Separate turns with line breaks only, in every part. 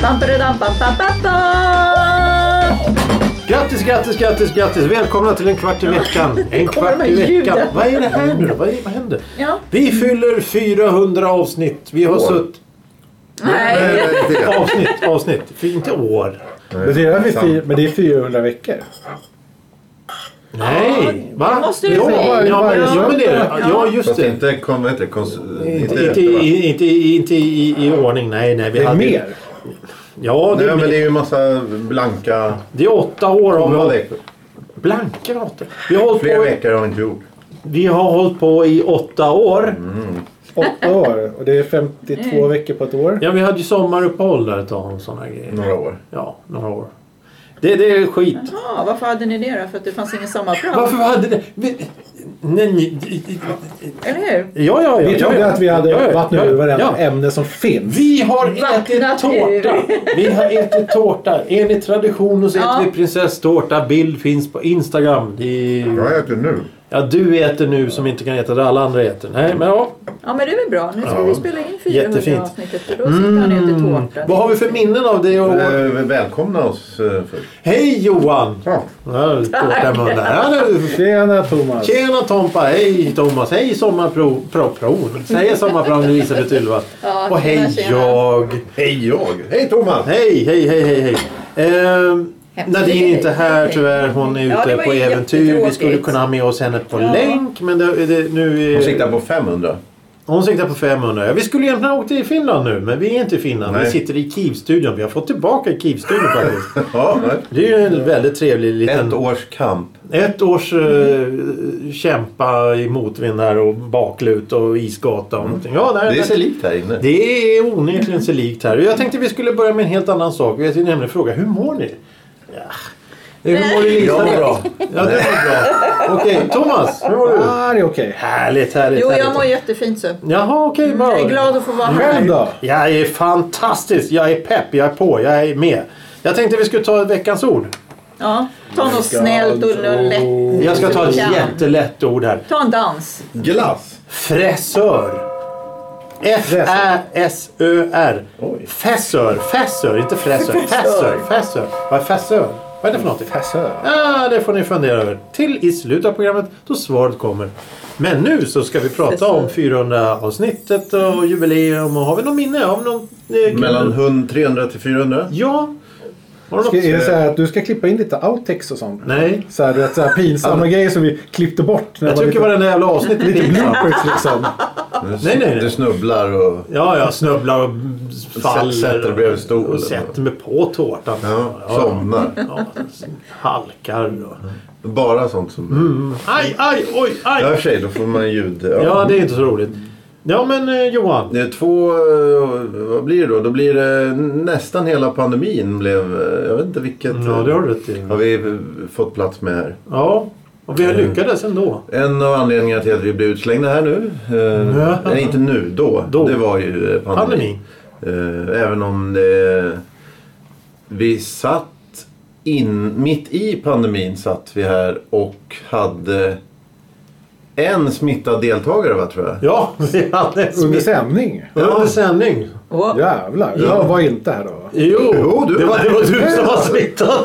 Pam, padadam, pam, pam, pam, pam.
Grattis, grattis, grattis, grattis! Välkomna till en kvart i veckan. En
kommer
kvart
med
i veckan.
ljuden.
Vad är det här nu då? Vad, är, vad händer?
Ja.
Vi fyller 400 avsnitt. Vi har
År.
suttit...
Nej.
Eh, det.
Avsnitt, avsnitt. Fy- Inte år.
Men det, är vi
sant.
fyr, men det är 400 veckor.
Nej! Va?
måste du
ja,
säga.
ja, ja,
Ja.
men det är det. Ja, just
Fast
det.
inte, kom, vad heter det, kons, inte,
Inte, inte,
inte,
i- inte, i- inte i, i ordning. Nej, nej. Vi
Det är
hade...
mer.
Ja, det
Nej
är,
men
mer.
det är ju en massa blanka...
det är åtta år
Vad
av...
det är.
Blanka åtta. Vi har, hållit
Flera
på,
veckor har vi inte gjort.
vi har hållit på i åtta år.
Mm.
Åtta år. Och det är 52 veckor på ett år.
Ja, vi hade ju sommaruppehåll där ett tag och sådana grejer.
Några år.
Ja, några år. Det, det är skit.
Jaha, Ah, varför hade ni det då? För att det fanns ingen sommarprat?
Varför hade det... vi- Nej, ni,
Eller hur?
ja, ja, ja.
Vi trodde
ja,
att vi hade
ja, ja,
varit nu över varenda
ja.
ämne som finns.
Vi har ätit
Vattnat
tårta. Vi har ätit tårta. Enligt tradition så äter
Ja.
vi prinsesstårta. Bild finns på Instagram. Det är,
Jag äter nu.
ja, du äter nu som inte kan äta det alla andra äter. Nej, men ja.
Ja men det är väl bra. Nu ska
Ja.
vi spela in 400
Jättefint. Mm.
avsnittet för då sitter han och äter tårta.
Vad har vi för minnen av det? Och...
Eh, Välkomna oss eh, först.
Hej Johan!
Ja.
Ja, tårta i munnen. Ja, det-
Tjena Thomas.
Tjena Tompa, hej Thomas, hej sommarprov, pro, pro. säg sommarprov nu Elisabeth Ylva.
Ja,
Och hej
tjena, tjena.
jag.
Hej jag! Hej Thomas!
Hej, hej, hej, hej, hej. Ehm, Nadine är inte här tyvärr, hon är
Ja,
ute
det var
på
ju
äventyr. Vi
jättetråkigt.
skulle kunna ha med oss henne på
Ja.
länk men det, det, nu
Hon
är...
siktar på 500.
Hon siktar på 500. Ja, Vi skulle egentligen ha åkt till Finland nu men vi är inte i Finland. Vi
Nej.
sitter i Kivstudion. Vi har fått tillbaka Kivstudion faktiskt.
Ja, nej.
Det är ju en väldigt trevlig liten...
Ett års kamp.
Ett års eh, kämpa i motvind här och baklut och isgata och någonting. Ja, nej,
Mm. Det är
men-
sig likt här inne.
det är onekligen sig likt här. Jag tänkte vi skulle börja med en helt annan sak. Jag tänkte nämligen fråga, hur mår ni? Ja. Hur mår du Lisa?
Jag mår bra.
Ja, det var bra. Okej, Thomas, hur mår du?
Ah, det är okej.
Härligt, härligt,
Jo jag
härligt.
mår jättefint så.
Jaha, okej, bra.
Jag är glad att få vara
Själv
här.
då?
Jag är fantastisk, jag är pepp, jag är på, jag är med. Jag tänkte vi skulle ta ett veckans ord.
Ja. Ta något snällt och något lätt.
Jag ska ta ett
Ja.
jättelätt ord här.
Ta en dans.
Glass!
Fräsör. F-Ä-S-Ö-R.
Oj.
Fäsör. Fäsör, inte fräsör. Fäsör. Fäsör. Vad är fäsör? Vad är det för någonting?
Passör.
Ah, det får ni fundera över. Till i slutet av programmet då svaret kommer. Men nu så ska vi prata om 400-avsnittet och jubileum. Och har vi någon minne av någon? eh, kul?
Mellan 100, 300 till 400.
Ja. Har du
Ska, är det
något?
så här att du ska klippa in lite outtakes och sånt?
Nej. Alltså-
Så här, du vet, så här pinsamma grejer som vi klippte bort. När
Jag
det
tycker
var
varenda jävla avsnitt är
lite, lite
pinsamt.
bloopers liksom.
Ah, nej, nej.
Du snubblar och...
Ja, jag snubblar och faller.
sätter bredvid stolen.
Och sätter mig på tårtan.
Ja, somnar.
Ja, halkar och...
Bara sånt som...
Mm. Aj, aj, oj,
Ja, i och
aj!
för sig, då får man ljud.
Ja, det är inte så roligt. Ja, men eh, Johan.
Det är två, eh, vad blir det då? Då blir det nästan hela pandemin blev, eh, jag vet inte vilket.
Ja, det har du rätt i.
Har vi eh, fått plats med här.
Ja, och vi har lyckades ändå.
En av anledningarna till att vi blev utslängda här nu, eh,
Ja.
nej inte nu, då,
Då.
det var ju eh,
Pandemin.
pandemin. Eh, även om det, vi satt in, mitt i pandemin satt vi här och hade en smittad deltagare va, tror jag.
Ja, vi hade en
Under
smitt-
sändning.
under sändning.
Åh,
Jävlar. Jag var inte här då.
Jo,
Jo, du
det, var,
var-
det var du som var smittad.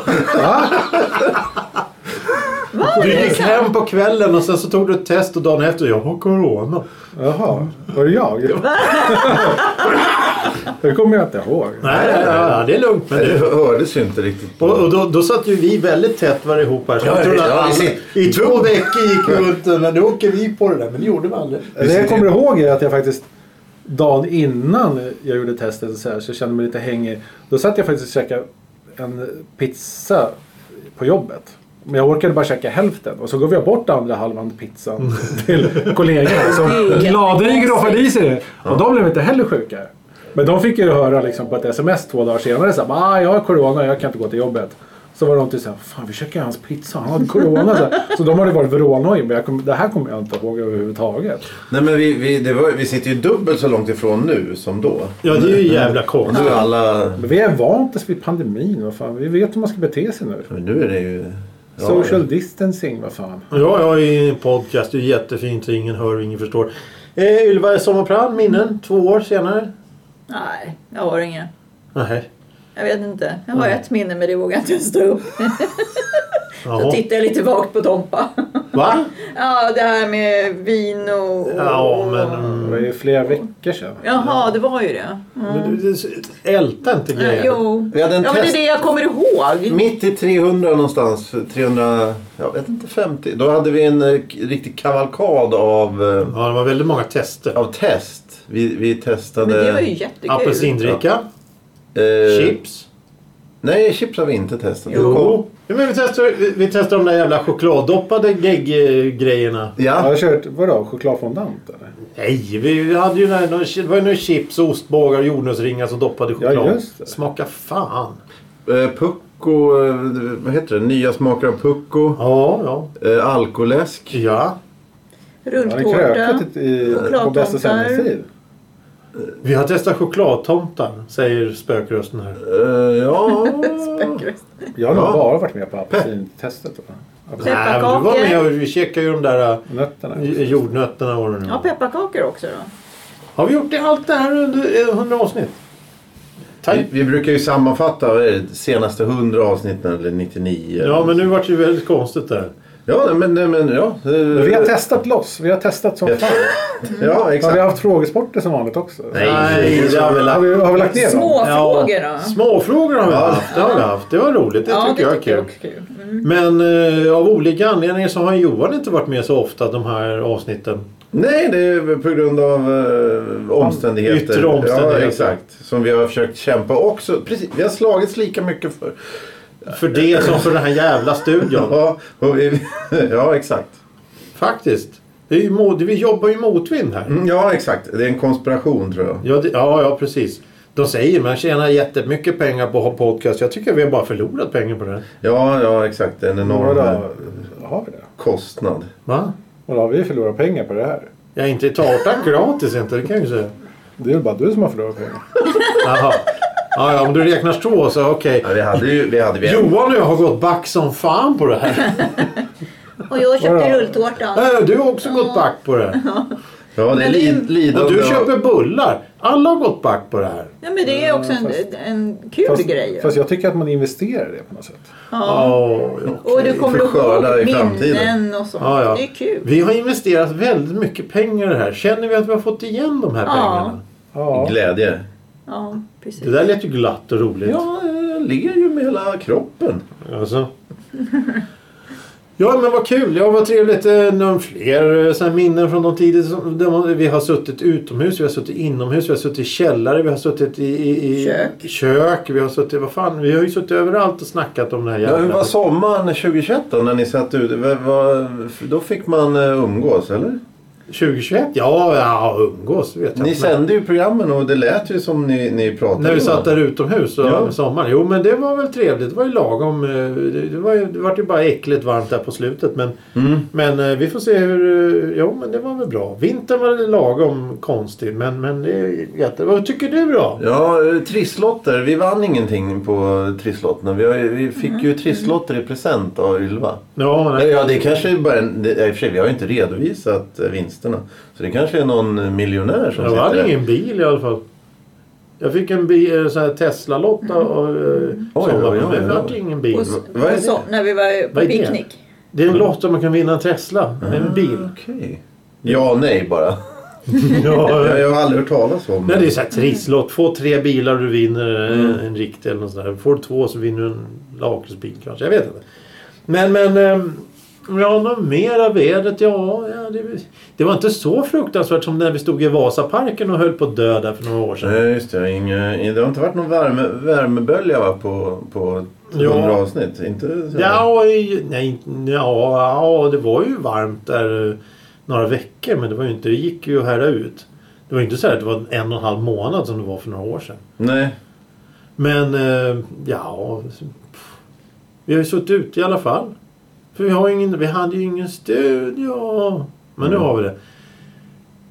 Du gick hem på kvällen och sen så tog du ett test och dagen efter jag har corona.
Jaha. Var det jag? det kommer jag inte ihåg.
Nej, nej, nej, det är lugnt. Men
Det
det,
hördes ju inte riktigt.
och och då, då satt ju vi väldigt tätt var ihop här. Så
Ja,
jag trodde
ja,
att alla,
visst.
I två veckor gick vi runt och "Men nu åker vi på det där. Men det gjorde vi aldrig.
Det jag kommer ihåg är att jag faktiskt dagen innan jag gjorde testet så, här, så kände jag mig lite hängig. Då satt jag faktiskt och käkade en pizza på jobbet. Men jag orkade bara käka hälften och så gav jag bort andra halvan pizzan till kollegorna
Det
som
är
gladeligen roffade i sig det. Och de blev inte heller sjuka. Men de fick ju höra liksom på ett sms två dagar senare så här, ah, jag har corona, jag kan inte gå till jobbet. Så var de till såhär, fan vi käkade hans pizza, han hade corona. Så, här. så de hade varit vrålnöjda, men jag kom, det här kommer jag inte ihåg överhuvudtaget.
Nej men vi, vi, det var, vi sitter ju dubbelt så långt ifrån nu som då.
Ja, det är ju jävla
Och
konstigt.
nu är alla...
Men vi är vant oss vid pandemin. Vad fan. Vi vet hur man ska bete sig nu.
Men nu är det ju... Ja,
Social distancing, vad fan.
Ja, jag är en podcast. Det är jättefint. så Ingen hör och ingen förstår. Eh, Ylva Sommarplan, minnen. Två år senare.
Nej, jag har inga.
Nej.
Jag vet inte. Jag har ett minne men det vågar jag inte ens ta upp. Då
Jaha.
tittar jag lite vagt på Tompa.
Va?
Ja, det här med vin och...
Ja, men...
Det
mm,
var ju flera veckor sedan.
Jaha, det var ju det.
men du- du- Älta inte
Ja,
grejer.
jo.
Vi hade en
Ja, men det är
test.
det jag kommer ihåg.
Mitt i 300 någonstans, 300, jag vet inte, 50. Då hade vi en eh, k- riktig kavalkad av, eh,
Ja, det var väldigt många tester.
av test. Vi, vi
Men
testade...
det var ju jättekul.
Apelsindricka,
eh,
chips.
Nej, chips har vi inte testat.
Jo.
Jo. Ja, men vi testade, vi, vi testade de där jävla chokladdoppade eh, gegg-grejerna.
Jag
Ja,
har kört, vadå, chokladfondant eller?
Nej, vi vi hade ju där, någon- det var ju några chips, ostbågar och jordnötsringar som doppade i
Ja,
choklad.
just det.
Smaka fan.
eh, Pucko, eh, vad heter det? Nya smaker av Pucko.
Ja, ja.
Eh, alkoläsk.
Ja.
Har ni
Rulltårta.
krökat i, på
Chokladtomtar.
bästa sändningstid?
Vi har testat chokladtomtar, säger spökrösten här.
Eh, ja,
Spökröst.
Jag har nog
Ja.
bara varit med på apelsintestet. va? Apelsin-
Nej, men du var med och vi checkade ju de där
Nötterna.
äh, jordnötterna och vad det nu
Ja,
var.
pepparkakor också då.
Har vi gjort det allt det här under eh, 100 avsnitt?
vi, vi brukar ju sammanfatta vad är det, senaste 100 avsnitten, eller 99.
Ja, men nu vart det ju väldigt konstigt där.
Ja, nej, men, nej, men ja. eh,
Vi har testat loss. Vi har testat som fan.
Ja,
Har
exakt.
vi haft frågesporter som vanligt också?
Nej,
Nej, det har vi
Har
lagt
vi, har vi lagt ner dem?
Småfrågor
Ja,
då?
småfrågor har vi haft. Det har vi haft. Det var roligt. Det
ja,
tycker jag är kul.
också är kul. Mm.
Men eh, av olika anledningar så har Johan inte varit med så ofta de här avsnitten.
Nej, det är på grund av eh, omständigheter.
Yttre omständigheter.
Ja, exakt. Som vi har försökt kämpa också. Precis, vi har slagits lika mycket för.
För det som för den här jävla studion.
Ja, och vi, ja exakt.
Faktiskt. Det är ju mod, vi jobbar ju motvind här.
Mm, Ja, exakt. Det är en konspiration tror jag.
Ja, det, ja, ja, precis. De säger man tjänar jättemycket pengar på att ha podcast. Jag tycker vi har bara förlorat pengar på det.
Ja, ja exakt. En enorm
Vadå? Har vi det?
kostnad.
Va?
Vadå, har vi förlorat pengar på det här?
Ja, inte är tårtan gratis inte. Det kan jag ju säga.
Det är väl bara du som har förlorat pengar.
Jaha. Ja, ja, om du räknar så så okej.
Ja, vi hade ju... Vi hade, vi
Johan och jag har gått back som fan på det här.
Och jag köpte
Vadå?
rulltårtan.
Äh, Du har också gått back på det.
ja, det är li, lidande.
Och du
av-
köper bullar. Alla har gått back på det här.
Ja, men det är också en,
fast-
en kul
Fast,
grej. ju.
fast jag tycker att man investerar i det på något sätt.
ja.
Ja, ja.
Och du kommer
får skörda
ihåg
i framtiden.
minnen och sånt.
Ja, ja.
Det är kul.
Vi har investerat väldigt mycket pengar i det här. Känner vi att vi har fått igen de här
Ja.
pengarna?
Ja.
Glädje.
Ja, precis.
Det där lät ju glatt och roligt.
Ja, jag ligger ju med hela kroppen.
Alltså. Ja men vad kul, ja vad trevligt. Eh, Några fler eh, så här minnen från de tider som där man- vi har suttit utomhus, vi har suttit inomhus, vi har suttit i källare, vi har suttit i, i, i
Kök.
kök, vi har suttit, vad fan, vi har ju suttit överallt och snackat om det här
Ja, hur var
jävla...
sommaren 2021 då när ni satt ut? Vad- vad- Då fick man eh, umgås, eller?
2021? Ja, ja, umgås vet jag
Ni
inte.
sände ju programmen och det lät ju som ni, ni pratade.
När vi
om.
satt där utomhus och
Ja.
sommaren. Jo men det var väl trevligt. Det var ju lagom. eh, Det, det, var ju, det var ju bara äckligt varmt där på slutet. Men,
Mm.
men eh, vi får se hur... eh, Jo men det var väl bra. Vintern var lagom konstig. Men, men det är jättebra. Vad tycker du då?
Ja, eh, trisslotter. Vi vann ingenting på trisslotterna. Vi, har ju- vi fick ju trisslotter i present av Ylva.
Ja,
Nej,
nej.
Ja, det kanske är bara en, det, i och för sig, vi har ju inte redovisat eh, vinsterna. Så det kanske är någon miljonär som
Jag
sitter
hade
där.
ingen bil i alla fall. Jag fick en bil, eh, sån här Tesla-lott av eh,
Oj,
sommaren.
oj, oj,
Men Det
oj.
vart ingen bil.
Och så,
vad är det?
så, när vi var på
Vad är det?
picknick.
Det är en lott där man kan vinna en Tesla. En bil.
Okej. Ja, nej bara.
Ja,
Jag, jag har aldrig hört talas om
Nej, det är så här trisslott. Få tre bilar du vinner eh, en riktig eller något sånt där. Får du två så vinner du en lakritsbil kanske. Jag vet inte. Men, men... ehm, Ja, något mer av vädret? Ja, ja det, det var inte så fruktansvärt som när vi stod i Vasaparken och höll på att dö där för några år sedan.
Nej, just det. Inge, det har inte varit någon värme, värmebölja va, på, på 100
Ja.
avsnitt? Inte så
Ja, i- nej, inte- ja, ja, det var ju varmt där eh, några veckor men det, var ju inte, det gick ju att härda ut. Det var ju inte så här att det var en och en halv månad som det var för några år sedan.
Nej.
Men eh, ja... pff, Vi har ju suttit ute i alla fall. För vi, har ju
Mm.
ingen, vi hade ju ingen studio. Men nu har vi det.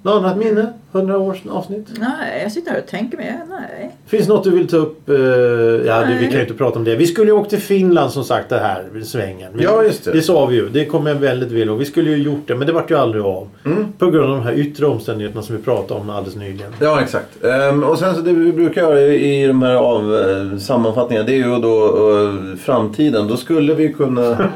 Något annat minne? 100 års avsnitt?
Nej, jag sitter här och tänker mig. Nej.
Finns något du vill ta upp? eh, ja, det, vi
Nej.
kan ju inte prata om det. Vi skulle ju åkt till Finland som sagt det här i svängen. Men
Ja, just det.
Det sa vi ju. Det kom jag väldigt väl ihåg. Vi skulle ju gjort det men det vart ju aldrig av.
Mm.
På grund av de här yttre omständigheterna som vi pratade om alldeles nyligen.
Ja, exakt. Ehm, och sen så det vi brukar göra i, i de här av, eh, sammanfattningarna, det är ju då eh, framtiden. Då skulle vi kunna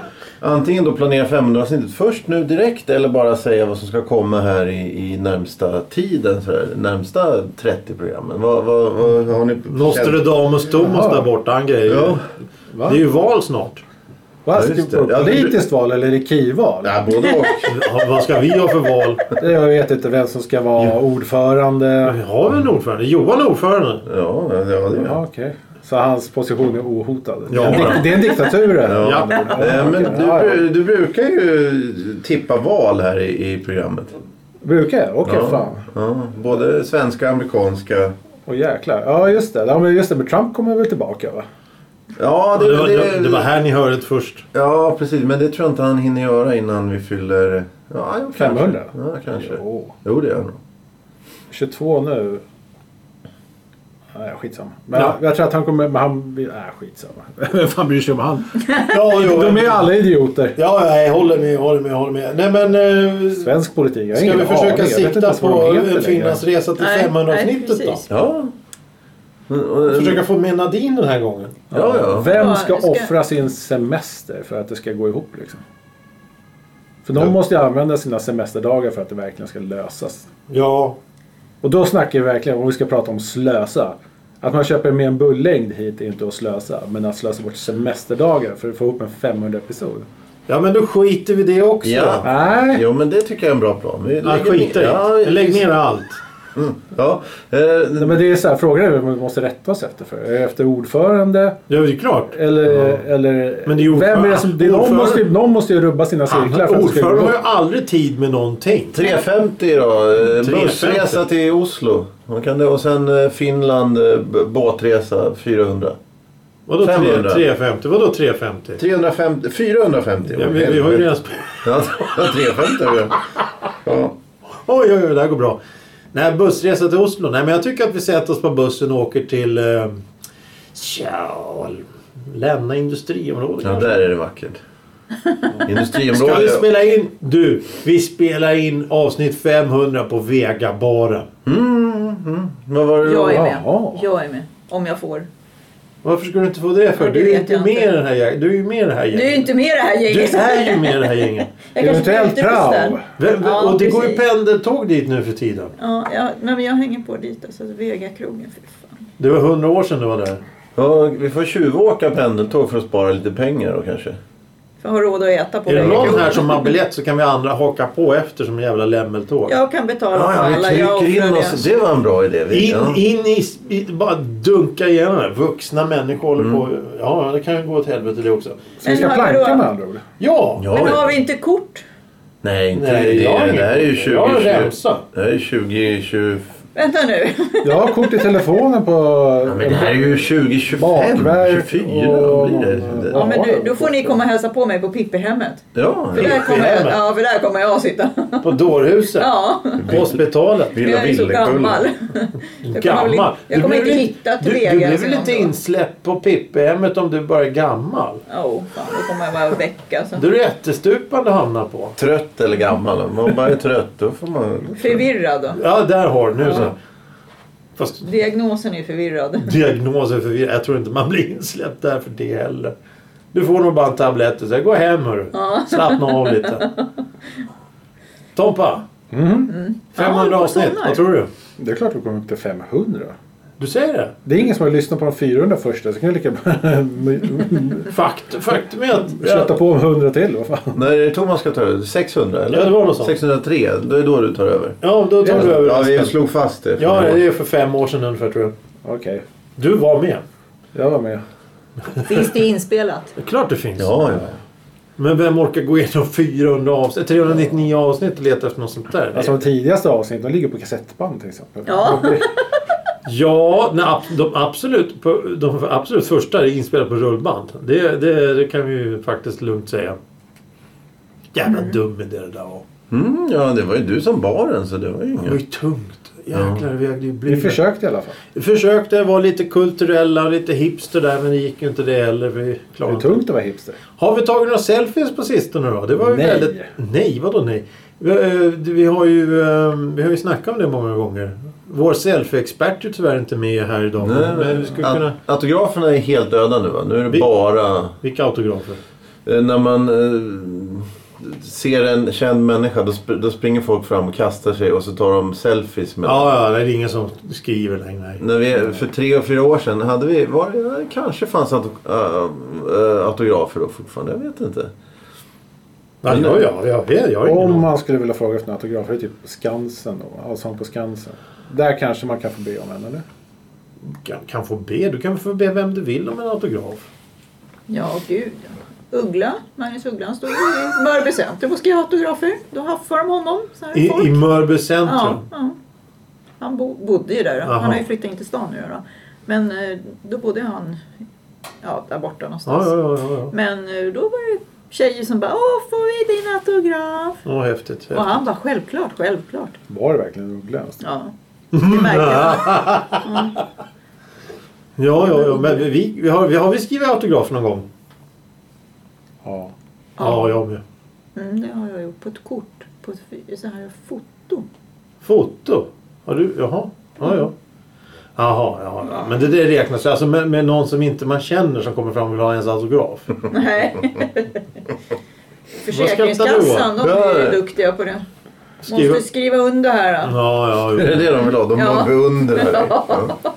antingen då planera 500-avsnittet först nu direkt eller bara säga vad som ska komma här i, i närmsta tiden, så här, närmsta 30 programmen. Vad, vad, vad har ni?
Nostradamus Thomas
Jaha.
där borta, han grejer
Ja.
Va?
Det är ju val snart.
Va?
Ja, just
Ska vi
det. Ja,
på
det-
Politiskt val eller rekivval?
Ja, både och.
Ja, Vad ska vi ha för val?
Jag vet inte vem som ska vara ordförande.
Vi har väl en ordförande? Johan är ordförande.
Ja, ja, det gör
Ja,
jag.
okej. Så hans position är ohotad?
Ja.
Det, är en dik- det är en diktatur det här.
Ja.
Eh, Men du,
Ja, ja.
bru- du brukar ju tippa val här i, i programmet.
Brukar jag? Okej,
Ja.
fan.
Ja, både svenska och amerikanska.
Åh jäklar. Ja, just det. Ja, men just det. Men Trump kommer väl tillbaka va?
Ja,
Det var, det, det var här ni hörde det först.
Ja, precis. Men det tror jag inte han hinner göra innan vi fyller... Ja, ja, kanske.
500?
Ja, kanske. Jo,
Jo.
det gör han nog.
22 nu. Nej, skitsamma. Men
Ja.
jag tror att han kommer... Men han blir... Nej, skitsamma. Vem fan bryr sig om han?
Ja,
De är ju alla idioter.
Ja, nej, håller med, håller med, håller med. Nej men... eh,
Svensk politik. Jag har
Ska
ingen
vi försöka
aning. Jag vet inte
sikta
ens vad
på
de heter
en Finlands
längre.
resa till
Nej,
500-avsnittet
nej,
då?
precis.
Ja. Mm, och-
Försöka få med Nadine den här gången.
Ja, ja.
Vem
Ja,
ska
jag ska-
offra sin semester för att det ska gå ihop liksom? För någon måste ju använda sina semesterdagar för att det verkligen ska lösas.
Ja.
Och då snackar vi verkligen, om vi ska prata om slösa. Att man köper med en bullängd hit är inte att slösa. Men att slösa bort semesterdagar för att få ihop en 500 episod.
Ja men då skiter vi det också.
Ja.
Nej.
Jo, men det tycker jag är en bra plan. Vi
Ja,
lägger
skiter i.
ner- Ja, vi-
Lägg ner allt.
Ja. Eh,
Nej, Men det är så här, frågan är vad vi måste rätta oss efter. För. Är det Efter ordförande
Ja, det är klart.
eller... eller
Men det är ju
vem är det som, det är någon,
ordförande-
måste, ju- någon måste ju rubba sina cirklar för att det ska gå
Ordförande har
ihop.
ju aldrig tid med någonting.
350 då. Eh,
350.
Bussresa till Oslo. Och, kan det, och sen eh, Finland, eh, b- båtresa 400.
Vadå 3,
500?
350? Vadå 350?
350, 450.
Ja, vi, vi har ju redan sp-
Ja, 350 har vi. Ja.
Oj, oj, oj, det här går bra. Nej, bussresa till Oslo. Nej, men jag tycker att vi sätter oss på bussen och åker till... Eh, tja, Länna industriområde
ja,
kanske.
där är det vackert.
Ska vi
Industriområde.
spela in... Du, vi spelar in avsnitt 500 på Vegabaren.
Mm, Vad var det då?
Jag är med.
Jaha.
Jag är med. Om jag får.
Varför skulle du inte få det för?
Ja, det
Du är ju
vet
inte
jag
med i
inte.
den här gäng- Du är ju med i det här gänget.
Du är ju inte med i det här
Du
gänget.
är ju med i det här gänget.
Jag kanske blir
Eventuellt prao.
utebussen.
Vem, vem,
Ja,
och det går ju
precis.
pendeltåg dit nu för tiden.
Ja, ja, men jag hänger på dit alltså. Vegakrogen, fy fan.
Det var hundra år sedan du var där.
Ja, vi får tjuvåka pendeltåg för att spara lite pengar då kanske.
För jag har råd att äta på
Är det någon
Vegakrogen.
här som har biljett så kan vi andra haka på efter som jävla lämmeltåg.
Jag kan betala för
Ja, ja,
alla.
vi
Jag
trycker in
offrar
oss. Det var en bra idé. Vi,
In,
ja.
in i, i... Bara dunka igenom det. Vuxna människor håller
Mm.
på... Ja, det kan ju gå åt helvete det också.
Så vi ska
Men har vi
planka
då-
med andra ord.
Ja!
Ja.
Men har vi inte kort?
Nej, inte
Nej,
det.
jag har
det här är ju 20...
ingen- jag har remsa.
Det här är 20... 20
Vänta nu.
Jag har kort i telefonen på...
ja, men det här är ju 2025,
Bakverk
24
och-
blir det.
Ja,
det.
men du, då får ni komma och hälsa på mig på Pippihemmet.
Ja,
För där kommer jag,
Pippihemmet?
ja, för där kommer jag att sitta.
På dårhuset.
Ja,
På hospitalet.
jag är så gammal. Jag kommer, väl
Gammal.
inte- jag kommer
Du blir
inte
väl-
hitta
du,
till
du
Vega.
blir
som
väl inte
någon gång.
insläppt på Pippehemmet om du bara är gammal?
Åh, oh, fan, då kommer jag vara väck alltså.
Då är det ättestupan du hamnar på.
Trött eller gammal? Om man bara är trött då får man...
Förvirrad då.
Ja, där har du nu. Så. Fast
Diagnosen är förvirrad.
diagnosen förvirrar. Jag tror inte man blir insläppt där för det heller. Du får nog bara en tablett och säger gå hem hörru. Slappna av lite. Tompa.
Mm.
500
Ja, vad
avsnitt.
sådana.
Vad tror du?
Det är klart vi kommer upp till 500.
Du säger det?
Det är ingen som har lyssnat på de 400 första så kan jag lika gärna
Fakt, faktum är att...
köta på 100 till. Vad fan.
När är det Thomas ska ta över? 600 eller?
Ja, det var något sånt.
603, då är då du tar över.
Ja, då tar du över.
Ja, vi
resten.
slog fast det.
Ja, det är för fem år sedan ungefär tror jag.
Okej,
Du var med.
jag var med.
Finns det inspelat?
Det är klart det finns.
Ja, ja.
Men vem orkar gå igenom 400 avsnitt, 399 avsnitt och leta efter något sånt där?
Alltså de tidigaste avsnitten de ligger på kassettband till exempel.
Ja.
Ja, nej, ab- de, absolut, på- de absolut första är inspelade på rullband. Det, det, det kan vi ju faktiskt lugnt säga. Jävla dum idé det där var.
Mm, ja, det var ju du som bar den så det var ju
Det var
inget.
ju tungt. Jäklar, vi hade ju
Vi
blivit.
försökte i alla fall.
Vi försökte vara lite kulturella och lite hipster där men det gick ju inte det heller. för Vi
Det
klarade
är
inte.
tungt att vara hipster.
Har vi tagit några selfies på sistone då? Det var ju
Nej.
väldigt... Nej, vadå nej? Vi, eh, vi har ju, eh, vi har ju snackat om det många gånger. Vår selfie-expert är tyvärr inte med här idag.
Nej,
men vi skulle
aut-
kunna...
Autograferna är helt döda nu va? Nu är det
Vi-
bara...
Vilka autografer?
Eh, När man eh, ser en känd människa då, sp- då springer folk fram och kastar sig och så tar de selfies med
Ja, ja, det är ingen som skriver längre. Nej.
När vi, för tre och fyra år sedan hade vi, var det, kanske fanns auto, äh, äh, autografer då fortfarande, jag vet inte.
Ja, ja, ja, ja, ja, jag har ingen
Om
aning.
man skulle vilja fråga efter en autograf, det är typ Skansen då. Allsång på Skansen. Där kanske man kan få be om en, eller?
kan, kan få be. Du kan få be vem du vill om en autograf.
Ja, gud. ja. Uggla, Magnus Ugglan stod ju i Mörby Center och skrev autografer. Då haffade de honom. Så här
I,
folk.
i Mörby centrum.
ja, ja. Han bo, bodde ju där. då.
Jaha.
Han har ju flyttat in till stan nu. Då. Men eh, då bodde han ja, där borta någonstans.
Ja, ja, ja. ja, ja.
Men eh, då var det tjejer som bara Åh, får vi din autograf?
Åh, häftigt.
Och han bara självklart, självklart.
Var det verkligen Ugglas?
Ja. Det märkte jag.
Ja, ja, ja. Men vi, vi, har, vi har vi skrivit autograf någon gång?
Ja.
Ja, jag med.
Mm, det har jag gjort på ett kort. På ett f- så här foto.
Foto? Har du? Jaha. Ja, ja. Jaha, ja, ja. Men det, det räknas alltså med, med någon som inte man känner som kommer fram och vill ha ens autograf.
Nej.
Vad ska
Försäkringskassan,
jag
de är
Ja.
ju duktiga på det.
Skriva.
Måste skriva under här. Då.
Ja, ja,
Är
ja.
det det de vill ha? De
Ja.
beundrar dig. Ja.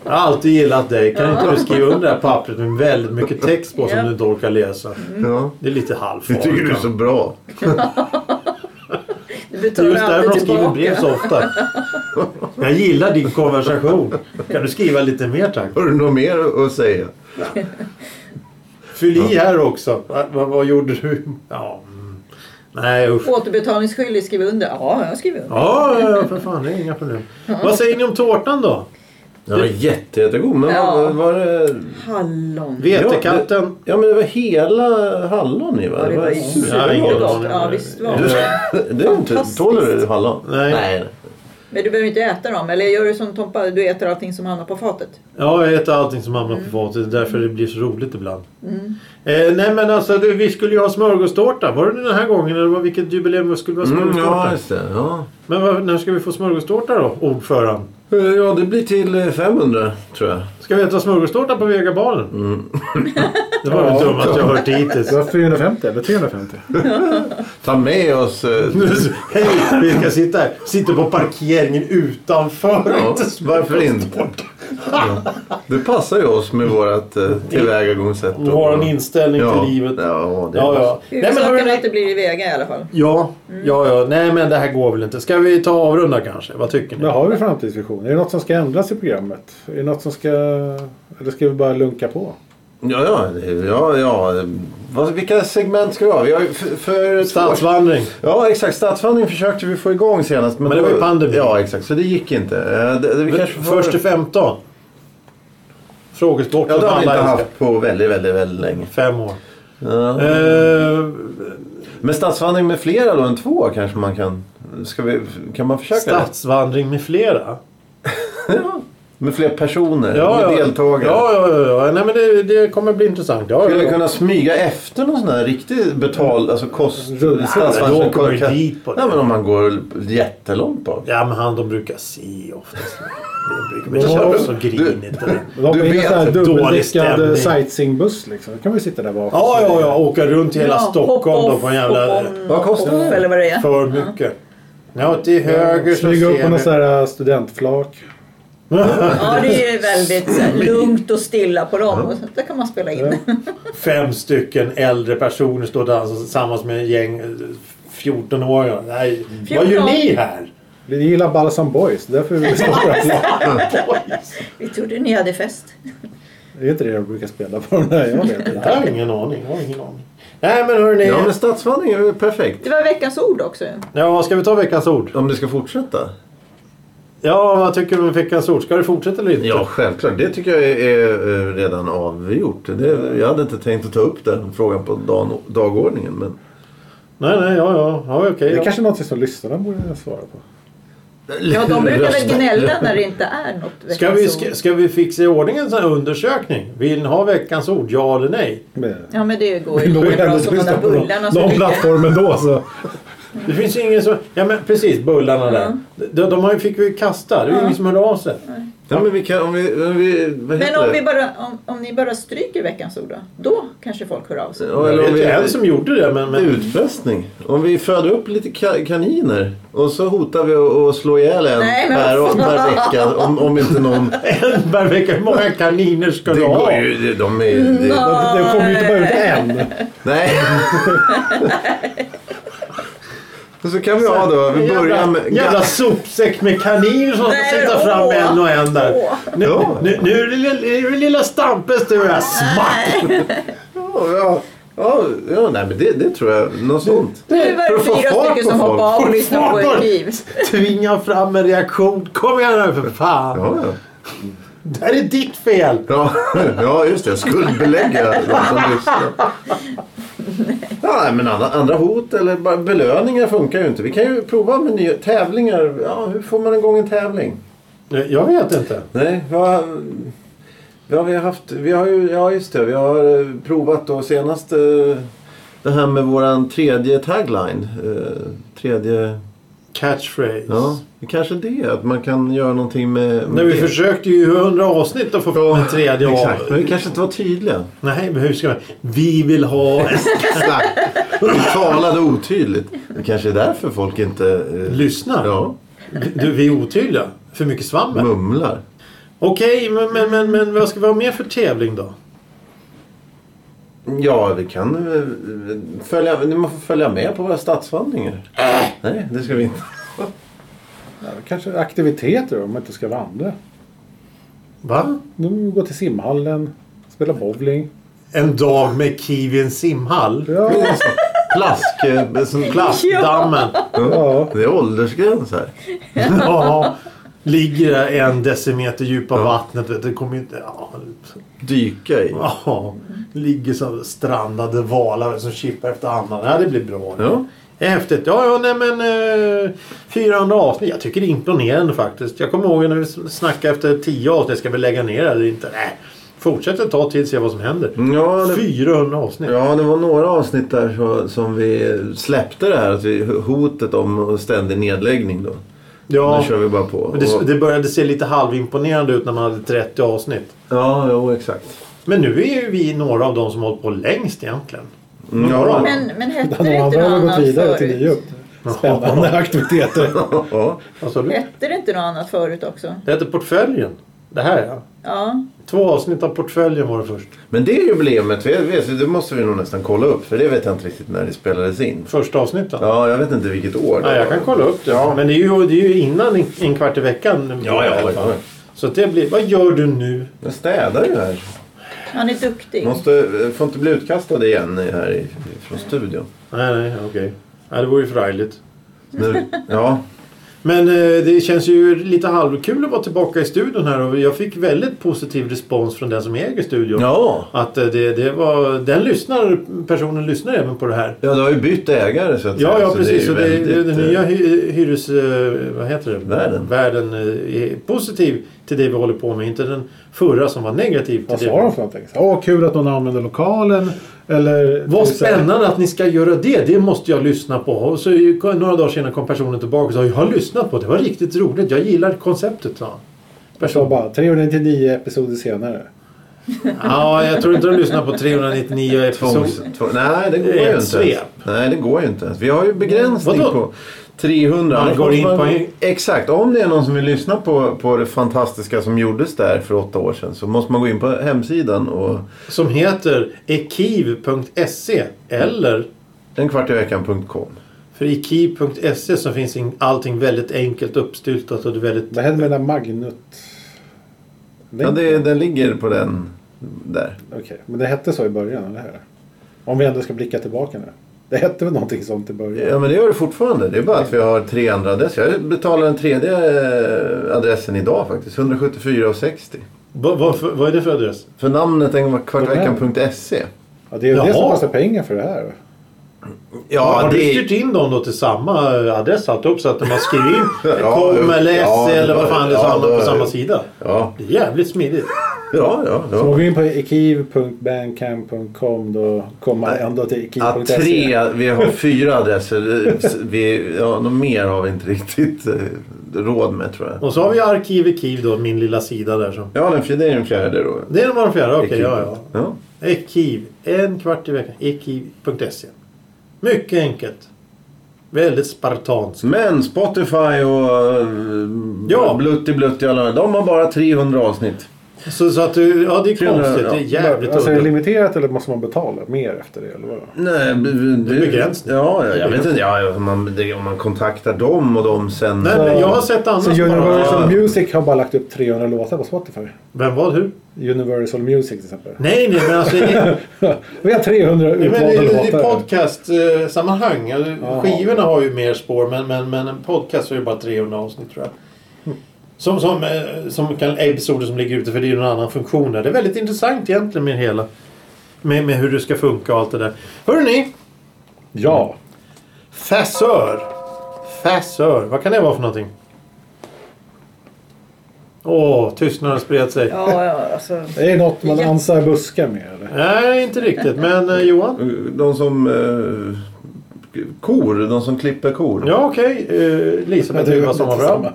Jag har alltid gillat dig. Kan inte du skriva under det här pappret med väldigt mycket text på som
Ja.
du inte orkar läsa?
Ja.
Det är lite
Mm. Det
halvfarligt.
tycker du är så bra.
Du
Det är
betalar
just därför de
alltid
skriver brev
tillbaka.
så ofta. Jag gillar din konversation. Kan du skriva lite mer tack?
Har du något mer att säga?
Fyll i här också. Va, va, vad gjorde du? Ja. mm. Nej usch.
Återbetalningsskyldig skriver under. Ja, jag skriver under.
Ja, ja, ja, för fan. Det är inga problem. Vad säger ni om tårtan då?
Den var jätte, jättegod. Men
Ja.
var, var det...
Hallon.
Vetekatten.
Ja men det var hela hallon i va?
Ja, det var ju
Ja, ingen
supergott.
aning.
Ja, visst var
Du,
det.
det är inte,
Fantastiskt.
tål du hallon?
Nej.
Men du behöver inte äta dem. Eller gör du som Tompa, du äter allting som hamnar på fatet.
Ja, jag äter allting som hamnar på fatet. Det är därför det blir så roligt ibland. Eh, nej men alltså du, vi skulle ju ha smörgåstårta. Var det den här gången eller var vilket jubileum vi skulle vara
Mm,
smörgåstårta?
ja, just det. Ja.
Men vad- när ska vi få smörgåstårta då, ordförande?
Eh, ja, det blir till eh, 500 tror jag.
Ska vi äta smörgåstårta på Vegabaren?
Mm.
det var
Ja.
det dummaste jag hört hittills.
Det var 450 eller 350?
Ta med oss... eh,
Hej, vi ska sitta här. Sitter på parkeringen utanför.
Ja,
Inte
varför inte? Ja. Det passar ju oss med vårt eh, tillvägagångssätt.
Och Har en inställning
ja.
till livet. Ja,
Ja, det är
ja. Nej, men har
Huvudsaken är att
du...
det blir i Vega i alla fall.
Ja, ja, ja. Nej, men det här går väl inte. Ska vi ta och avrunda kanske? Vad tycker ni?
Men har vi framtidsvision? Är det något som ska ändras i programmet? Är det något som ska... Eller ska vi bara lunka på?
Ja, ja, det- ja, ja. Vad- Vilka segment ska vi ha? Vi har ju för, för två-
Stadsvandring.
Ja, exakt. Stadsvandring försökte vi få igång senast.
Men det var ju
då-
pandemi.
Ja, exakt. Så det gick inte. Eh, Det, det, vi kanske får...
Först till 15. Frågesport.
Ja, det har vi
som
inte
alla älskar.
haft Mm. på väldigt, väldigt, väldigt länge.
Fem år.
Ja.
Eh,
Men stadsvandring med flera då än två kanske man kan... Ska vi, kan man försöka det?
stadsvandring med flera.
Med fler personer?
Ja,
med
ja.
deltagare?
Ja, ja, ja. ja. Nej, men det, det kommer bli intressant. Ja,
Skulle
ja.
jag kunna smyga efter någon sån här riktig betald, alltså kost...
Rullstol.
statsvagn-
Då kommer vi dit på det.
Nej men om man går jättelångt bak.
Ja, men han de brukar se oftast. De brukar väl
Ja.
köra så grinigt. eller?
De
Du
är ju en
vet,
sån här
dålig stämning.
dubbeldickad sightseeingbuss liksom. Då kan vi sitta där bak.
Ja, ja, ja. Åka runt i hela Stockholm då på en jävla...
Vad kostar
det?
det?
Eller vad det är.
För mycket. Ja, till höger så
Smyga upp på
ser
någon
vi.
sån här studentflak.
Ja, det är väldigt så här, lugnt och stilla på dem. Och så, där kan man spela in.
Fem stycken äldre personer står och dansar tillsammans med en gäng eh, 14-åringar. Nej, vad gör
14.
ni här?
Vi gillar Balsam Boys. Därför vill vi spela.
Vi trodde ni hade fest.
Det är inte det de brukar spela på den här. Jag vet
Jag
inte.
har ingen aning. Jag har ingen aning. Nej, men hörni.
Ja men stadsvandring är ju perfekt.
Det var veckans ord också.
Ja, ska vi ta veckans ord?
Om det ska fortsätta?
Ja, vad tycker du om veckans ord? Ska det fortsätta eller inte?
Ja självklart, det tycker jag är, är eh, redan avgjort. Det, jag hade inte tänkt att ta upp den frågan på dan, dagordningen men...
Nej, nej, ja, ja. ja okej.
Det är
ja.
kanske är något som lyssnarna borde svara på.
Ja, de brukar väl gnälla när det inte är något
Ska vi, ska, ska vi fixa i ordning en sån här undersökning? Vill ni ha veckans ord? Ja eller nej?
Men-
Ja, men det går ju
Det går
lika
ju ändå
bra
inte
som
att
de där
lyssna på dem.
bullarna som
De
ligger.
plattformen då så.
Det finns ju ingen som... Ja men precis, bullarna där. De, de har ju- fick vi ju kasta. Det var ju ingen som hörde av sig.
Ja, men vi kan... Om vi, om vi, vad heter
Men om,
det?
vi bara, om, om ni bara stryker veckans ord då? Då kanske folk hör av sig.
Ja,
Jag
eller om
vet ju en
vi,
som gjorde det men... men
Utpressning. Om vi föder upp lite ka- kaniner och så hotar vi att att slå ihjäl en
Nej, men
per,
vad
per vecka. Om, om inte någon...
en per vecka, hur många kaniner ska
Det
du
går
ha?
ju... det- De är,
Mm,
det,
Den den kommer ju inte bara ut en.
nej. Så kan vi ha då, vi börjar med...
En jävla sopsäck med kaniner som ska
Nej,
sätta fram
åh.
en och en där.
Åh.
Nu,
Ja.
nu, nu är det lilla, är det lilla Stampes du är. Smack!
Ja, ja, ja, ja nej, men det, det tror jag. Något sånt.
Nu var
För
det
att få
fyra
fart
stycken
på
som
folk.
hoppade av
Få
och lyssnade på
fart
er
på-
liv.
Tvinga fram en reaktion. Kom igen nu för fan.
Ja, ja.
Det här är ditt fel.
Ja, ja just det. Jag Skuldbelägga de som lyssnar. Ja, nej, men andra, andra hot eller bara belöningar funkar ju inte. Vi kan ju prova med nya tävlingar. Ja, hur får man igång en tävling?
Nej, Jag vet inte.
Nej, vad... Ja, vi har haft... Vi har ju, ja, just det. Vi har eh, provat då senast eh, det här med våran tredje tagline. Eh, Tredje...
Catchphrase.
Ja, det kanske är det. Att man kan göra någonting med...
Nej,
med
vi
det.
försökte ju i hundra avsnitt att få fram en tredje av.
Exakt, men vi kanske inte var tydliga.
Nej, men hur ska man? Vi vill ha...
Exakt. Vi talade otydligt. Det kanske är därför folk inte... eh,
Lyssna.
Ja,
Du, vi är otydliga. För mycket svammel.
mumlar.
Okej, men, men, men, men vad ska vi ha mer för tävling då?
Ja, vi kan eh, följa... Man får följa med på våra stadsvandringar. Nej, det ska vi inte.
Ja, Kanske aktiviteter om man inte ska vandra.
Va?
De går till simhallen, spelar bowling.
En dag med Kiwi i en simhall?
Ja,
Plask... eh, Som plask.
Plastdammen.
ja.
Det är åldersgräns här.
Ja. Ligger där en decimeter djupa vattnet. vet du, Det kommer ju inte... Ja.
Dyka i.
ja. Ligger som strandade valar som kippar efter andan. Ja, det blir bra.
Ja.
Häftigt. Ja, ja, nej men... Eh, 400 avsnitt. Jag tycker det är imponerande faktiskt. Jag kommer ihåg när vi snackade efter 10 avsnitt. Ska vi lägga ner det eller inte? Nej. Fortsätt ett tag till se vad som händer.
Ja, det-
400 avsnitt.
Ja, det var några avsnitt där så, som vi släppte det här att vi- hotet om ständig nedläggning. Då,
Ja.
då kör vi bara på.
Men det,
Och-
det började se lite halvimponerande ut när man hade 30 avsnitt.
Ja, jo, exakt.
Men nu är ju vi några av de som har hållit på längst egentligen.
Mm. Ja.
Men, men hette
De
det inte
andra
något
har
annat
gått vidare till
förut?
nya spännande aktiviteter.
Ja.
Vad sa du?
Hette det inte något annat förut också?
Alltså, Det heter Portföljen. Det här ja.
Ja.
Två avsnitt av Portföljen var det först.
Men det är jubileet, vi- vi- det måste vi nog nästan kolla upp för det vet jag inte riktigt när det spelades in.
Första avsnittet.
Ja, jag vet inte vilket år det
Nej, jag
var.
kan kolla upp det. Men det är ju, det är ju innan en, en kvart i veckan.
Ja, ja, ja.
Så det blir... Vad gör du nu?
Jag städar ju här.
Han är duktig.
Måste, får inte bli utkastad igen här i- från studion.
Nej, nej, okej. Nej, det vore ju förargligt.
Nu, ja,
Men eh, det känns ju lite halvkul att vara tillbaka i studion här och jag fick väldigt positiv respons från den som äger studion.
ja.
Att eh, det, det var, den lyssnar, personen lyssnar även på det här.
Ja, du har ju bytt ägare så att
Ja,
säga,
ja
så
precis.
ju
Så det, det,
väldigt,
den
eh,
nya hy, hyres... eh, Vad heter det?
Världen.
Världen eh, är positiv till det vi håller på med. Inte den förra som var negativ till
Vad
det.
sa de för någonting? Åh, kul att någon använder lokalen. Eller...
Vad spännande att ni ska göra det. Det måste jag lyssna på. Och så ju- några dagar senare kom personen tillbaka och sa jag har lyssnat på det. Det var riktigt roligt. Jag gillar konceptet. Sa han.
Jag sa bara 399 episoder senare.
Ja, jag tror inte de lyssnar på 399
Tvångs,
episoder.
två, nej, det går
Ett
ju inte.
svep. Mm.
Nej, det går ju inte. Vi har ju begränsning
Vadå?
på 300.
Man
Annars
går
måste
in på en-
Exakt. Om det är någon som vill lyssna på, på det fantastiska som gjordes där för åtta år sedan så måste man gå in på hemsidan och
Som heter ekiv.se eller
enkvartiveckan.com.
För i key.se E så finns in- allting väldigt enkelt uppstyltat och det är väldigt...
Vad hände med den där Magnut?
Ja, det, den ligger på den där.
Okej, men det hette så i början, eller hur? Om vi ändå ska blicka tillbaka nu. Det hette väl någonting sånt i början?
Ja, men det gör det fortfarande. Det är bara att vi har tre andra adresser. Jag betalar den tredje eh, adressen idag faktiskt. 174,60.
Vad, vad, för- vad är det för adress?
För namnet enkvartiveckan.se.
Ja, det är ju det som
Jaha.
kostar pengar för det här.
har
Ja,
du
det,
styrt in dem då till samma adress alltihop så att de har skrivit in
Ja,
kom eller SC
ja,
eller vad fan det är
ja,
samma
då-
på samma sida?
ja,
Det är jävligt smidigt.
ja, ja,
Om man
ja.
går in på ekiv.bandcamp.com då kommer man ändå till
Ja,
E.
ekiv.se.
tre, vi har fyra adresser. Vi, ja, något mer har vi inte riktigt eh, råd med tror jag.
Och så har vi Arkiv i Kiev då, min lilla sida där. Som...
Ja, den fjärde det är den fjärde då.
Det är de var de fjärde, okej. ja, ja.
ja.
Ekiv, en kvart i veckan. Ekiv.se. E. Mycket enkelt. Väldigt spartanskt.
Men Spotify och eh,
Ja.
Blutti Blutti alla de har bara 300 avsnitt.
Så, så att du, ja det är
300,
konstigt. Det är
ja.
jävligt
alltså, är det
udda.
limiterat eller måste man betala mer efter det? Eller vad?
Nej, b- b- det,
Begränsning.
Ja, jag, jag vet inte. Ja, om man, det, om man kontaktar dem och de sen...
Nej, men jag har sett annat.
Så
bara.
Universal
Ja.
Music har bara lagt upp 300 låtar på Spotify.
Vem, vad, hur?
Universal Music till exempel.
Nej, nej, men alltså... i-
Vi har 300
Ja, men
utvalda
i, i
låtar.
podcast-sammanhang. alltså,
Jaha.
Skivorna har ju mer spår men, men, men en podcast så är det bara 300 avsnitt tror jag. Som, som, eh, som kan episoder som ligger ute för det är ju en annan funktion där. Det är väldigt intressant egentligen med det hela. Med, med hur det ska funka och allt det där. Hörrni!
Ja.
Fäsör! Fäsör, vad kan det vara för någonting? Åh, tystnaden spred sig.
Ja, ja, alltså.
Det är något man ansar buskar med eller?
Nej, inte riktigt. Men eh, Johan?
De som... Eh, kor, de som klipper kor.
Ja, okej. Eh, Lisa med
Det är
duva
väl
sommarbröd.
inte samma.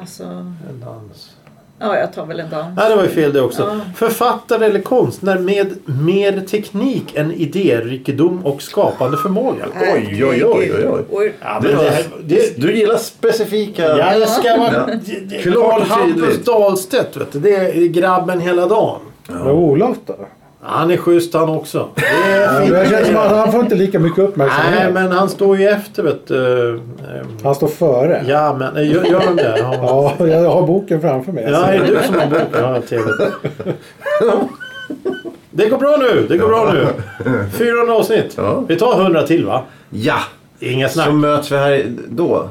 alltså
En dans.
ja, jag tar väl en dans.
Nej, det var ju fel det också.
Ja.
Författare eller konstnär med mer teknik än idérikedom och skapande förmåga.
Äh.
Oj, oj, oj, oj, oj.
Oj.
Ja,
Det
men det här, det,
Du gillar specifika...
ja, det ska vara...
Ja.
det- det-
Klart
Carl
och
Hampus
tydligt.
Dahlstedt, vet du. Det är grabben hela dagen.
Men Olof då?
Han är schysst han också. Det är
Men
fint.
Jag känner som att han får inte lika mycket uppmärksamhet.
Nej, men han står ju efter, vet du. Ehm,
Han står före. Ja.
Ja, men eh, gör, gör han det? Ja.
jag har boken framför mig.
Ja,
Alltså.
är det du som har boken? Ja, trevligt. Det går bra nu. Det går bra nu. 400 avsnitt.
Ja.
Vi tar 100 till va?
Ja,
Inga
så
snack.
möts vi här i- då.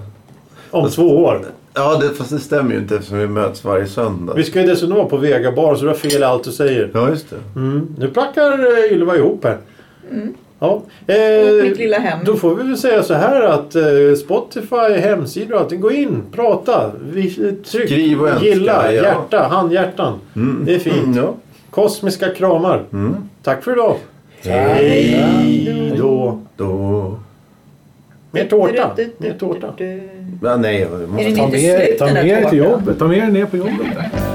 Om två år.
Ja, det, fast det stämmer ju inte eftersom vi möts varje söndag.
Vi ska ju dessutom vara på Vega bar så du har fel i allt du säger.
Ja, just det.
Mm. Nu plackar eh, Ylva ihop här. Ja. Eh,
Och mitt lilla hem.
Då får vi väl säga så här att eh, Spotify, hemsidor och allting. Gå in, prata, vi, eh, tryck,
Skriv och önska,
gilla,
ja.
hjärta, handhjärtan. Det är fint.
Mm, ja.
Kosmiska kramar. Tack för idag. Hej då.
Då...
Mer tårta. Mer tårta.
Ja, nej, jag måste...
Är det
Ta
inte
med,
slut
ta
den
med
här
er till
tårtan?
jobbet. Ta med er ner på jobbet.